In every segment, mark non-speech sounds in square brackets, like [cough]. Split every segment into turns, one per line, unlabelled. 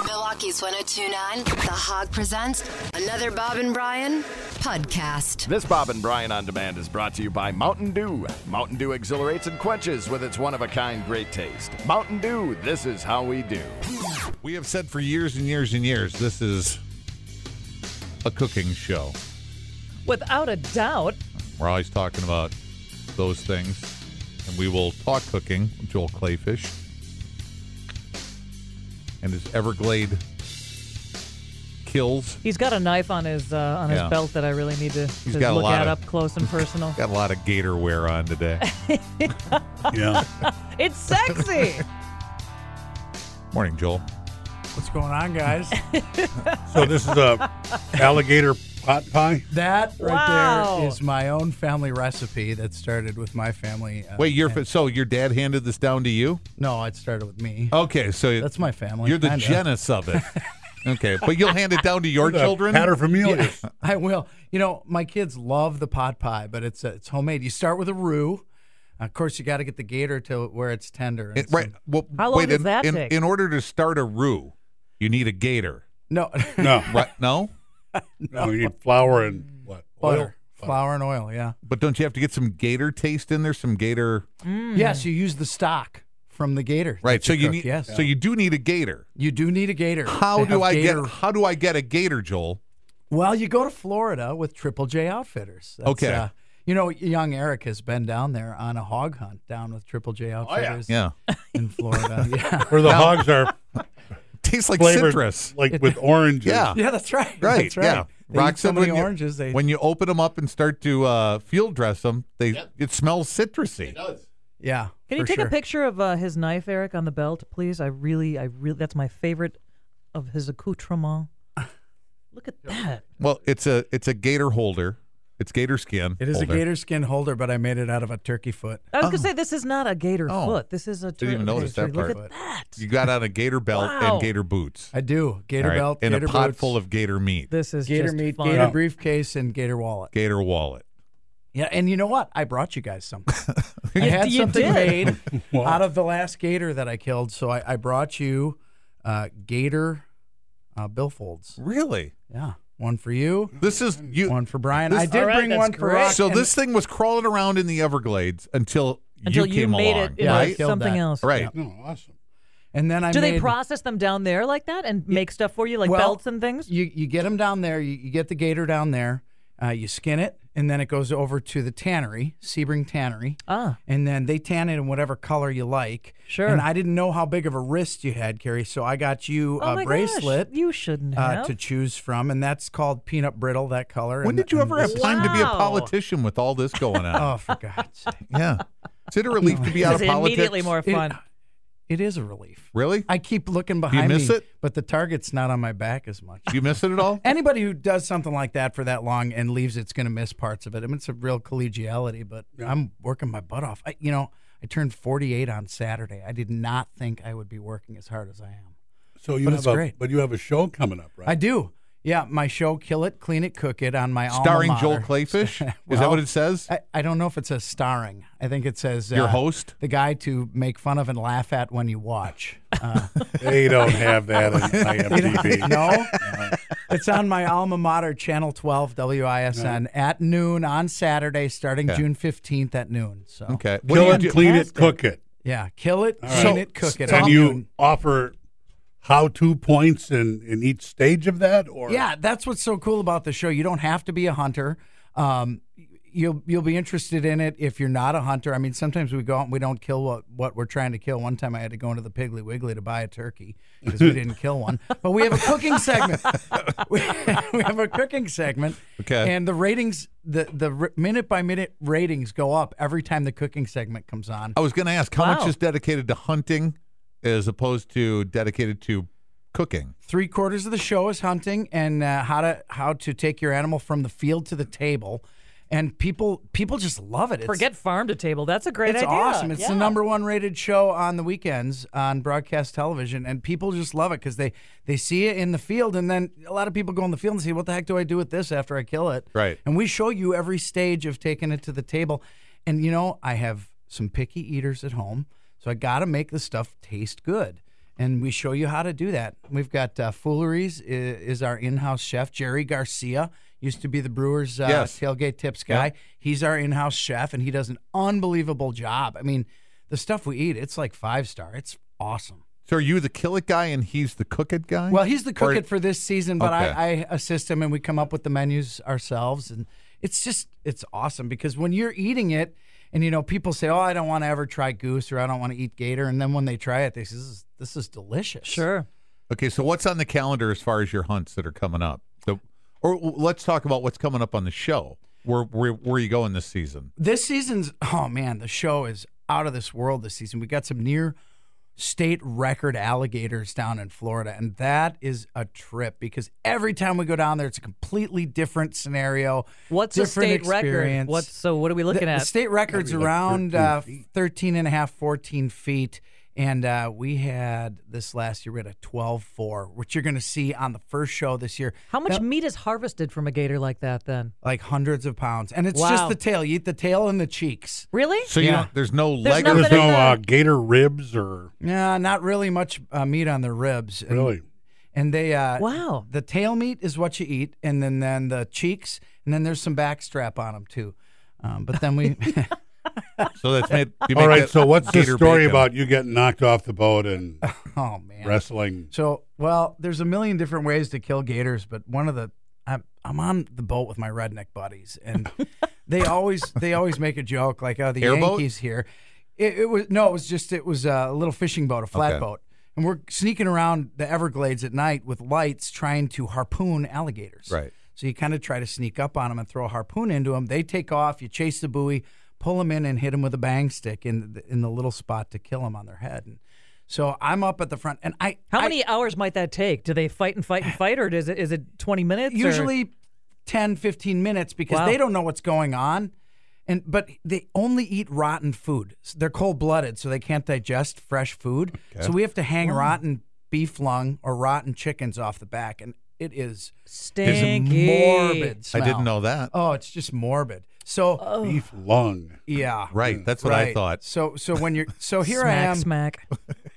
Rockies 1029, The Hog presents another Bob and Brian podcast.
This Bob and Brian on Demand is brought to you by Mountain Dew. Mountain Dew exhilarates and quenches with its one of a kind great taste. Mountain Dew, this is how we do.
We have said for years and years and years this is a cooking show.
Without a doubt.
We're always talking about those things. And we will talk cooking with Joel Clayfish and his Everglade kills.
He's got a knife on his uh, on his
Yeah.
belt that I really need to, to
got a
look
lot
at
of-
up close
[laughs]
and personal.
Got a lot of gator wear on
[laughs]
today.
Yeah.
it's sexy.
[laughs] Morning, Joel.
What's going
[laughs]
on, guys?
So this is a alligator pot pie.
That right
Wow.
there is my own family recipe that started with my family. Uh,
Wait, your fa- so your dad handed this down to you?
no, it started with me.
Okay, so
That's my family.
you're the
kinda.
genus of it. Okay, but you'll hand it down to your children.
Paterfamilias.
[laughs]
[laughs]
I will. You know, my kids love the pot pie, but it's uh, it's homemade. You start with a roux. Of course, you got to get the gator to where it's tender. and
It-
so-
right. Well,
How long
wait,
does
in,
that
in,
take?
in order to start a roux, you need a gator.
No, [laughs]
No,
Right? No,
no, you need flour and what?
butter, flour, and oil. Yeah.
but don't you have to get some gator taste in there? Some gator,
Yes, you use the stock from the gator.
Hmm. right?
that
So you
cook,
need.
Yes.
So you do need a gator.
you do need a gator.
How
to have
do I
gator
get? How do I get a gator, Joel?
Well, you go to Florida with Triple J Outfitters. That's,
Okay.
Uh, you know, young Eric has been down there on a hog hunt down with Triple J Outfitters
Yeah, [laughs]
in Florida. yeah.
Where the hogs are
tastes like
flavored
citrus.
like with orange.
Yeah,
Yeah, that's right.
right.
That's right.
Yeah,
They eat so
said
many
when you-
oranges. They,
when you open them up and start to uh, field dress them, they it smells citrusy.
yeah.
Can you
for
take
sure.
a picture of uh, his knife, Eric, on the belt, please? I really, I really, that's my favorite of his accoutrement. Look at that.
Well, it's a it's a gator holder. It's gator skin.
It is
holder.
a gator skin holder, but I made it out of a turkey foot.
I was gonna say this is not a gator
Oh.
foot. This is a.
Didn't even
turtle
notice that
pastry. Look
part.
at that.
You got on a gator belt
Wow.
and gator boots.
I do. Gator
All right,
belt,
and
gator
a pot
boots,
full of gator meat,
This is
gator
just
meat,
fun.
gator briefcase, and gator wallet.
gator wallet.
Yeah, and you know what? I brought you guys something.
[laughs]
I had
you
something
did.
made out of the last gator that I killed, so I, I brought you uh, gator uh, billfolds.
Really?
Yeah, one for you,
This is you.
one for Brian.
This-
I did
All right,
bring
that's
one for
great.
Rock.
so
and-
this thing was crawling around in the Everglades until,
Until
you
you,
came
made
along,
it into
Yeah, I
right?
killed
something
that.
else.
Right.
No, awesome.
and then I
Do they
made-
process them down there like that and make stuff for you, like
well,
belts and things?
You you get them down there. You, you get the gator down there. Uh, you skin it, and then it goes over to the tannery, Sebring Tannery.
Ah.
and then they tan it in whatever color you like.
Sure.
And I didn't know how big of a wrist you had, Carrie, so I got you
oh
a
my
uh, bracelet.
Gosh, you shouldn't have.
uh, to choose from, and that's called peanut brittle. That color.
When
and-
did you
and
ever have
this-
time to be a
Wow.
politician with all this going on?
[laughs] Oh, for God's sake!
Yeah. Is it a relief to be out
It's
of
[laughs]
politics?
immediately more
It-
fun.
it is a relief.
Really?
I keep looking behind
miss
me,
it?
but the target's not on my back as much.
Do you miss it at all?
Anybody who does something like that for that long and leaves, it's going to miss parts of it. I mean, it's a real collegiality, but I'm working my butt off. I, you know, I turned 48 on Saturday. I did not think I would be working as hard as I am.
So you
But
have
it's
a
great.
but you have a show coming up, right?
I do. Yeah, my show, Kill It, Clean It, Cook It, on my [laughs] alma
Starring Joel
mater. [laughs]
Clayfish? is that
Well,
what it says?
I, I don't know if it says starring. I think it says
Your
uh,
host?
the guy to make fun of and laugh at when you watch. [laughs] Uh,
They don't have that on IMDb.
no, it's on my alma mater, Channel 12, WISN, at noon on Saturday, starting June 15th at noon. So,
Okay. What
Kill
do
it,
you do?
clean it, cook it,
yeah, kill it,
right.
clean
So-
it, cook it.
so
on
and you
noon.
offer how-to points in in each stage of that, or
Yeah, that's what's so cool about the show. You don't have to be a hunter. Um, you'll you'll be interested in it if you're not a hunter. I mean, sometimes we go out and we don't kill what what we're trying to kill. One time I had to go into the Piggly Wiggly to buy a turkey because we didn't kill one. But we have a cooking segment. [laughs] we, we have a cooking segment.
Okay.
And the ratings, the the r- minute by minute ratings go up every time the cooking segment comes on.
I was going to ask how much
Wow.
is dedicated to hunting as opposed to dedicated to cooking?
three quarters of the show is hunting and uh, how to how to take your animal from the field to the table, and people people just love it. It's,
Forget farm to table. That's a great
it's
idea.
awesome. It's the
Yeah.
number one rated show on the weekends on broadcast television, and people just love it because they they see it in the field, and then a lot of people go in the field and say, "What the heck do I do with this after I kill it?"
Right.
And we show you every stage of taking it to the table, and you know I have some picky eaters at home, so I got to make the stuff taste good. and we show you how to do that. We've got uh, Fooleries i- is our in-house chef. Jerry Garcia used to be the Brewers' uh,
Yes.
tailgate tips guy. He's our in-house chef, and he does an unbelievable job. I mean, the stuff we eat, it's like five star. It's awesome.
So are you the kill it guy and he's the cook it guy?
Well, he's the cook
Or-
it for this season, but
Okay.
I, I assist him, and we come up with the menus ourselves, and it's just it's awesome because when you're eating it, and you know people say, "Oh, I don't want to ever try goose," or "I don't want to eat gator," and then when they try it, they say, "This is, this is delicious."
Sure.
Okay, so what's on the calendar as far as your hunts that are coming up? So, or w- let's talk about what's coming up on the show. Where where, where are you going this season?
This season's oh man, the show is out of this world this season. We got some near state record alligators down in Florida, and that is a trip because every time we go down there, it's a completely different scenario.
What's a
different
state record?
experience.
What's so? What are we
The-
looking
the,
at?
state record's around uh, 13 and a half, 14 feet. And uh, we had this last year, we had a 12 4, which you're going to see on the first show this year.
How much
Now,
meat is harvested from a gator like that? Then
like hundreds of pounds. And it's
Wow.
just the tail. You eat the tail and the cheeks.
really?
So you
Yeah.
don't, there's no
There's
leg.
nothing
There's
But in
no
the-
uh, gator ribs or
Yeah, not really much uh, meat on the ribs. And,
really.
And they. Uh,
Wow.
The tail meat is what you eat, and then, then the cheeks, and then there's some backstrap on them too. Um, but then we. [laughs]
so that's made. You
All
make
right.
that
So what's the
gator
story
bacon.
about you getting knocked off the boat and
oh, man.
wrestling?
So, well, there's a million different ways to kill gators, but one of the I'm, I'm on the boat with my redneck buddies, and they always they always make a joke like, "Oh, the
Airboat?
Yankees here." It, it was no, it was just it was a little fishing boat, a flatboat, and we're sneaking around the Everglades at night with lights, trying to harpoon alligators.
Right.
So you kind of try to sneak up on them and throw a harpoon into them. They take off. You chase the buoy, pull them in, and hit them with a bang stick in the, in the little spot to kill them on their head. And so I'm up at the front, and I
How
I-
many hours might that take? Do they fight and fight and fight, or is it is it twenty minutes? or-
usually 10 15 minutes because
Wow.
they don't know what's going on and but they only eat rotten food S- they're cold-blooded so they can't digest fresh food so we have to hang rotten beef lung or rotten chickens off the back and it is
stinky.
morbid
I didn't
smell.
know that.
oh it's just morbid so
Beef lung.
yeah
Right, that's what I
right.
thought.
so so when you're [laughs] so here
smack,
i am
Smack.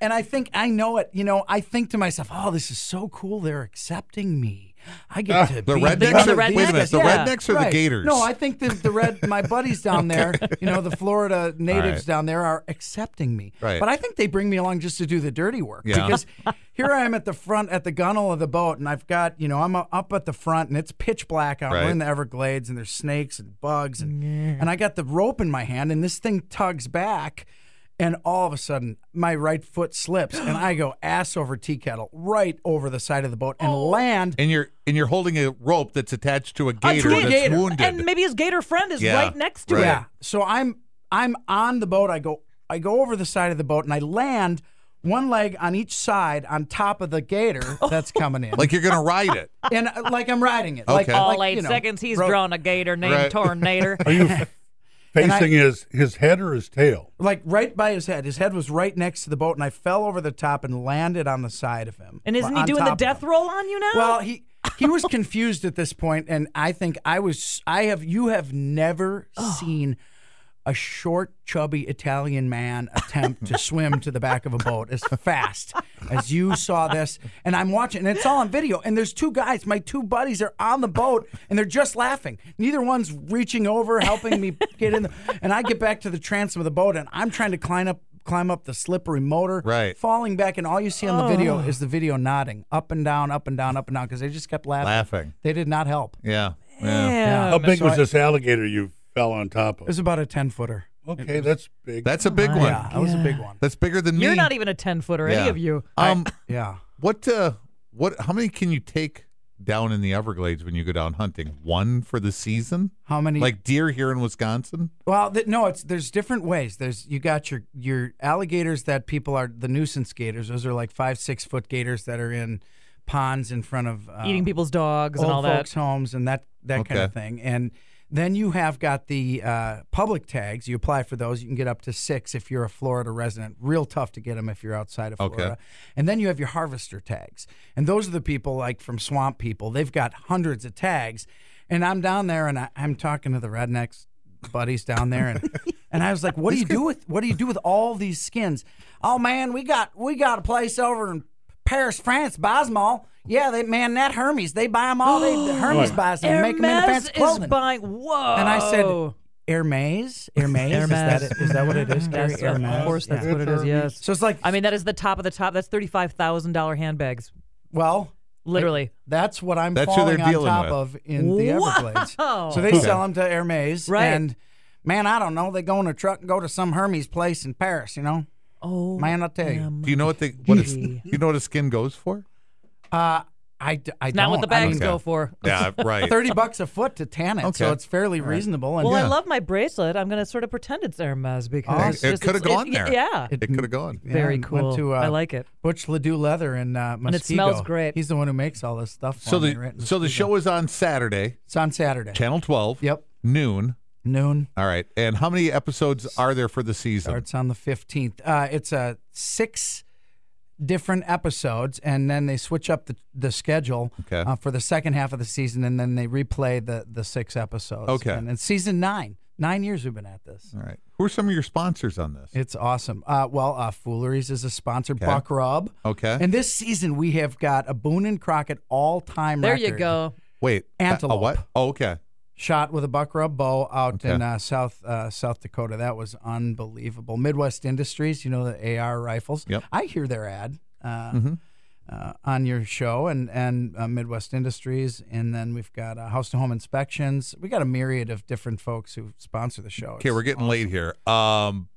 and I think I know it. You know, I think to myself, "Oh, this is so cool. They're accepting me. I get to
Ah, The
be
rednecks.
one
Are,
of these
wait a minute.
guys."
The
Yeah.
rednecks or the
Right.
gators?
No, I think the, the red. My
[laughs]
buddies down there, you know, the Florida natives
right.
down there are accepting me.
Right.
But I think they bring me along just to do the dirty work
Yeah.
because here I am at the front at the gunnel of the boat, and I've got you know I'm uh, up at the front, and it's pitch black out.
Right.
We're in the Everglades, and there's snakes and bugs, and and I got the rope in my hand, and this thing tugs back. And all of a sudden, my right foot slips, and I go ass over tea kettle right over the side of the boat and
Oh.
land
and you're and you're holding a rope that's attached to a
A
gator
gator.
that's wounded.
And maybe his gator friend is
Yeah,
right next to
right.
it.
Yeah. So I'm I'm on the boat. I go I go over the side of the boat and I land one leg on each side on top of
[laughs]
the gator that's coming in.
Oh. like you're gonna ride
[laughs]
it.
and uh, like I'm riding it. Like
Okay.
All
like,
eight
you know,
seconds, he's
ro-
drawn a gator named
Right. [laughs]
Tornator.
Are you
And I-
facing his his head or his tail?
Like right by his head. His head was right next to the boat and I fell over the top and landed on the side of him.
and isn't he
on
doing
top
the
of
death
him.
roll on you now?
Well, he he was [laughs] confused at this point, and I think I was. I have you have never seen a short, chubby Italian man
[laughs]
attempt to swim to the back of a boat as fast as you saw this. And I'm watching, and it's all on video. And there's two guys, my two buddies, are on the boat, and they're just laughing. Neither one's reaching over, helping me get in. The, and I get back to the transom of the boat, and I'm trying to climb up. Climb up the slippery motor,
Right.
Falling back, and all you see on the video is the video nodding up and down, up and down, up and down, because they just kept laughing.
Laughing.
They did not help.
Yeah.
yeah.
Yeah.
How big
so
was
I-
this alligator you fell on top
It was
of?
about a ten footer.
Okay, that's big.
That's a big one.
Oh, Yeah, that was a big one.
That's bigger than me.
You're not even a ten footer,
Yeah.
any of you.
Um,
Yeah.
what? Uh, what? How many can you take down in the Everglades when you go down hunting? One for the season,
How many?
like deer here in Wisconsin.
Well, th- no, it's there's different ways. There's you got your your alligators that people are the nuisance gators. Those are like five six foot gators that are in ponds in front of um,
Eating people's dogs
old
and all that.
folks homes and that that kind of
Okay.
thing. And then you have got the uh, public tags. You apply for those. You can get up to six if you're a Florida resident. Real tough to get them if you're outside of
Okay.
Florida. And then you have your harvester tags. And those are the people like from Swamp People. They've got hundreds of tags. And I'm down there and I, I'm talking to the rednecks buddies down there and And I was like, "What do you do with what do you do with all these skins?" Oh man, we got we got a place over in Paris, France, buys 'em all. Yeah, they, man, that Hermes, they buy them all. They, Hermes buys them, make them into
Hermes
fancy
is
clothing.
buying. Oh. Whoa.
and I said, Hermes, Hermes, Is, that it? is that what
[laughs]
it is? Gary?
That's, of course, that's
Yeah.
what it is. Yes.
So it's like,
I mean, that is the top of the top. That's thirty-five thousand dollar handbags,
well,
literally.
That's what I'm
That's who
falling
they're
on
dealing
top
with.
of in the
Wow.
Everglades. So they sell them to Hermes,
Right.
And man, I don't know. They go in a truck and go to some Hermes place in Paris. You know,
Oh,
man, I tell you,
Do you know what the what a,
Gee.
do you know what a skin goes for?
uh, I d- I
not
don't.
what the
I
bags
mean,
Okay.
go for. [laughs]
Yeah, right.
Thirty bucks [laughs] a foot to tan it, so
Okay.
it's fairly reasonable. And
Well, I
Yeah.
love my bracelet. I'm going to sort of pretend it's Hermes because
Oh,
it's
it
just-
coulda
it's-
gone
it's-
there.
Yeah,
It could have gone.
yeah,
very
and
cool.
Went to, uh,
I like it.
Butch Ledoux Leather in uh, Muskego.
And it smells great.
He's the one who makes all this stuff. For
So
me,
the
right in
so the
Muskego.
show is on Saturday,
It's on Saturday.
Channel 12.
Yep,
Noon.
noon.
All right. And how many episodes are there for the season?
starts on the 15th. Uh, it's uh, six different episodes, and then they switch up the, the schedule
Okay.
uh, for the second half of the season, and then they replay the, the six episodes.
Okay.
And it's season nine. Nine years we've been at this.
All right. Who are some of your sponsors on this?
It's awesome. Uh, well, uh, Fooleries is a sponsor, Buck Rub.
Okay.
And this season we have got a Boone and Crockett all time
There
record.
you go.
Wait. a- A
Antelope.
what? Oh, okay.
shot with a buck rub bow out
Okay.
in uh, South uh, South Dakota. That was unbelievable. Midwest Industries, you know the AR rifles.
Yep. Mm-hmm.
I hear their ad uh, uh, on your show, and and uh, Midwest Industries, and then we've got uh, House to Home Inspections. We got a myriad of different folks who sponsor the show.
Okay, we're getting late here. Um,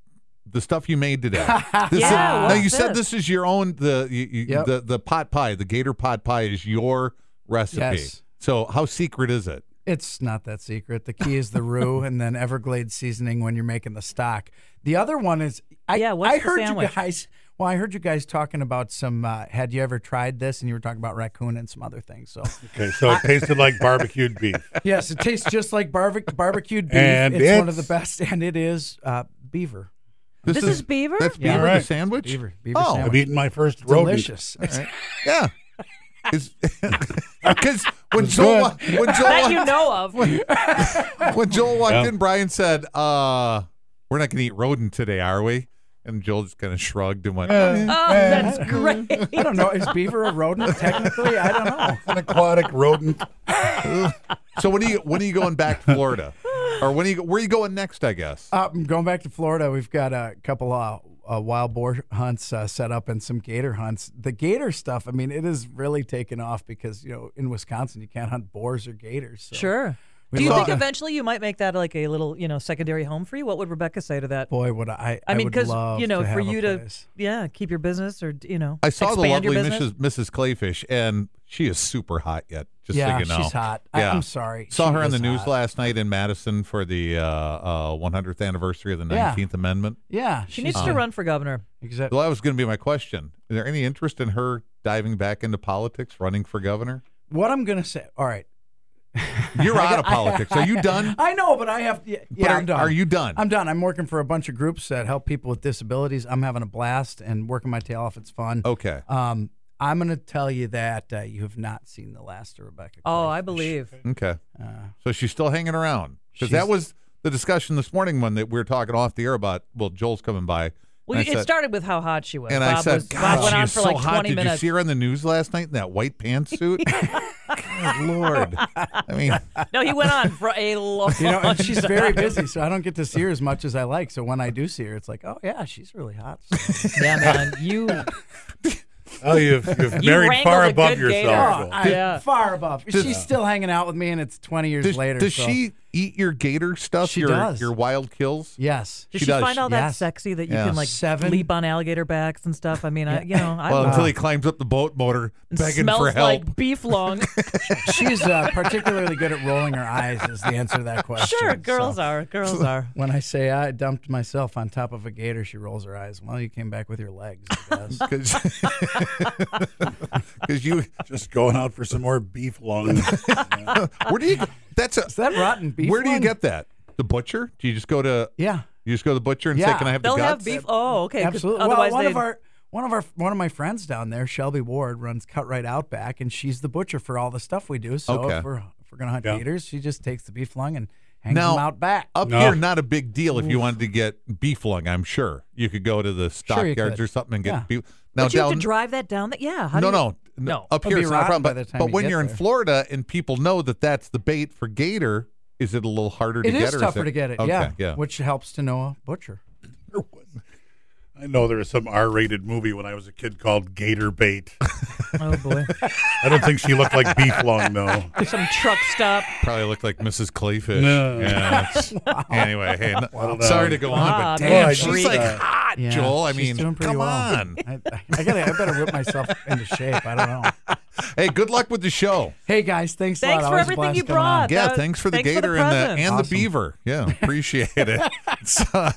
the stuff you made today. This is,
Yeah,
now
what's
you said
this?
this is your own the you, you,
Yep.
the the pot pie, the gator pot pie is your recipe.
Yes.
So how secret is it?
It's not that secret. The
[laughs]
key is the roux and then Everglade seasoning when you're making the stock. The other one is I,
Yeah, what's
I
the
heard you
sandwich?
guys well, I heard you guys talking about some uh, had you ever tried this and you were talking about raccoon and some other things.
[laughs]
So
Okay, so it tasted like barbecued beef.
yes, it tastes just like barbe- barbecued beef.
And
it's, one of the
it's-
best and it is uh, beaver.
This is beaver?
That's
Yeah.
beaver
All
the
right.
sandwich.
Beaver- beaver
oh,
I've
sandwich.
eaten my first rodent.
Delicious.
yeah. [laughs] Because when Joel wa- when
That you
Joel
know
[laughs]
of. Oh,
wa- when Joel walked
Yeah.
in, Brian said, "Uh, we're not going to eat rodent today, are we?" And Joel just kind of shrugged and went, "Eh."
Yeah.
Oh, that's great.
[laughs] I don't know. Is beaver a rodent? Technically, I don't know.
[laughs] An aquatic rodent.
"So when are you when are you going back to Florida, or when are you where are you going next? I guess."
Uh, I'm going back to Florida, we've got a couple uh, uh, wild boar hunts uh, set up and some gator hunts. The gator stuff, I mean, it is really taken off because you know in Wisconsin you can't hunt boars or gators. So.
Sure.
We
Do you
love
think
that.
eventually you might make that like a little, you know, secondary home for you? What would Rebecca say to that?
Boy, would I?
I mean,
because
because you know, for you to,
place.
yeah, keep your business or you know,
I saw the
expand your
lovely
business.
Mrs. Mrs. Clayfish, and she is super hot yet. Just
Yeah,
so you know,
she's hot. I- I'm sorry.
Saw
She
her on the
is
news
hot.
last night in Madison for the uh, uh, 100th anniversary of the
Yeah.
19th Amendment.
yeah,
She needs to run for governor.
Exactly.
Well, that was going to be my question. Is there any interest in her diving back into politics, running for governor?
What I'm gonna say? All right.
You're out of
[laughs] I-
politics. Are
[laughs]
you done?
I know, but I have. Yeah,
But
yeah,
are-
I'm done.
are you done?
I'm done. I'm working for a bunch of groups that help people with disabilities. I'm having a blast and working my tail off. It's fun.
Okay.
Um, I'm going to tell you that uh, you have not seen the last of Rebecca.
Oh, I
Clayfish.
believe.
Okay. so she's still hanging around because that
Uh, she's-
was the discussion this morning when that we were talking off the air about. Well, Joel's coming by.
Well,
and I
it
said-
started with how hot she was.
And
Bob
I said,
was,
God,
Bob went
she
on
is
for
so
like
hot.
20
Did
minutes.
you see her on the news last night in that white pantsuit? Good Lord. I mean,
No, he went on for
[laughs]
a long.
You know, and she's very busy, so I don't get to see her as much as I like. So when I do see her, it's like, oh yeah, she's
[laughs]
really hot.
[laughs] yeah, man, you
Oh, you've, you've
You
married
wrangled
far
a
above
good gator.
yourself.
oh, [laughs]
Joel.
I,
Yeah.
far above. she's still hanging out with me, and it's 20 years
does,
later.
does
so-
she eat your gator stuff?
She
your,
does.
your wild kills?
Yes.
did
She
she,
does,
find all that
yes.
sexy that you
Yeah.
can like
Seven.
leap on alligator backs and stuff? I mean, I you know, I
Well,
don't
until
[laughs] know.
he climbs up the boat motor
And
begging
smells
for help. [laughs]
like beef lung.
She's uh, particularly good at rolling her eyes. Is the answer to that question?
sure,
So
girls
[laughs]
are, girls are.
When I say I dumped myself on top of a gator, she rolls her eyes. Well, you came back with your legs. I
[laughs]
guess.
Because you,
Just going out for some more beef lungs.
where do you? That's a.
Is that rotten beef?
where do you
lung?
get that? The butcher? Do you just go to?
Yeah.
You just go to the butcher and say,
Yeah.
"Can I have
They'll
the
have
guts?"
beef. Oh, okay. 'cause
Absolutely. Well,
Otherwise,
one
they,
of our one of our one of my friends down there, Shelby Ward, runs Cut Right Out Back, and she's the butcher for all the stuff we do. So
Okay.
if we're if we're gonna hunt
Yeah.
gators, she just takes the beef lung and hangs
Now,
them out back.
Up
No.
here, not a big deal if you wanted to get beef lung, I'm sure. You could go to the
you
stockyards
could.
or something and get
Yeah.
beef. Now,
But you have
down-
to drive that down. That yeah. How
no,
do you,
no, n-
No.
Up
It'll
here,
be
it's not a
rotten
problem.
by
But,
the time
but
you
when
get
you're in
there.
Florida and people know that that's the bait for gator, is it a little harder to
It
get?
is
or
tougher to get it,
Okay,
yeah,
yeah.
Which helps to know a butcher.
There was. [laughs] I know there was some R-rated movie when I was a kid called Gator Bait.
Oh boy.
[laughs]
I don't think she looked like beef lung though.
Some truck stop.
Probably looked like Mrs. Clayfish.
No.
Yeah,
[laughs]
it's- Anyway, hey, n-
Well
sorry
done.
to go on,
Wow,
but
man,
damn,
I
she's
just,
like
uh,
hot,
Yeah,
Joel. I
she's
mean,
doing pretty
come
well. [laughs]
on.
I, I, I gotta, I better whip myself into shape. I don't
[laughs]
know.
hey, good luck with the show.
Hey guys, thanks. a
Thanks
lot.
for
Always a
everything
blast
you
coming on.
brought.
Yeah,
That-
thanks for the
thanks for the
gator and the
presents.
and
Awesome. [laughs]
the beaver. Yeah, appreciate it. It's, uh,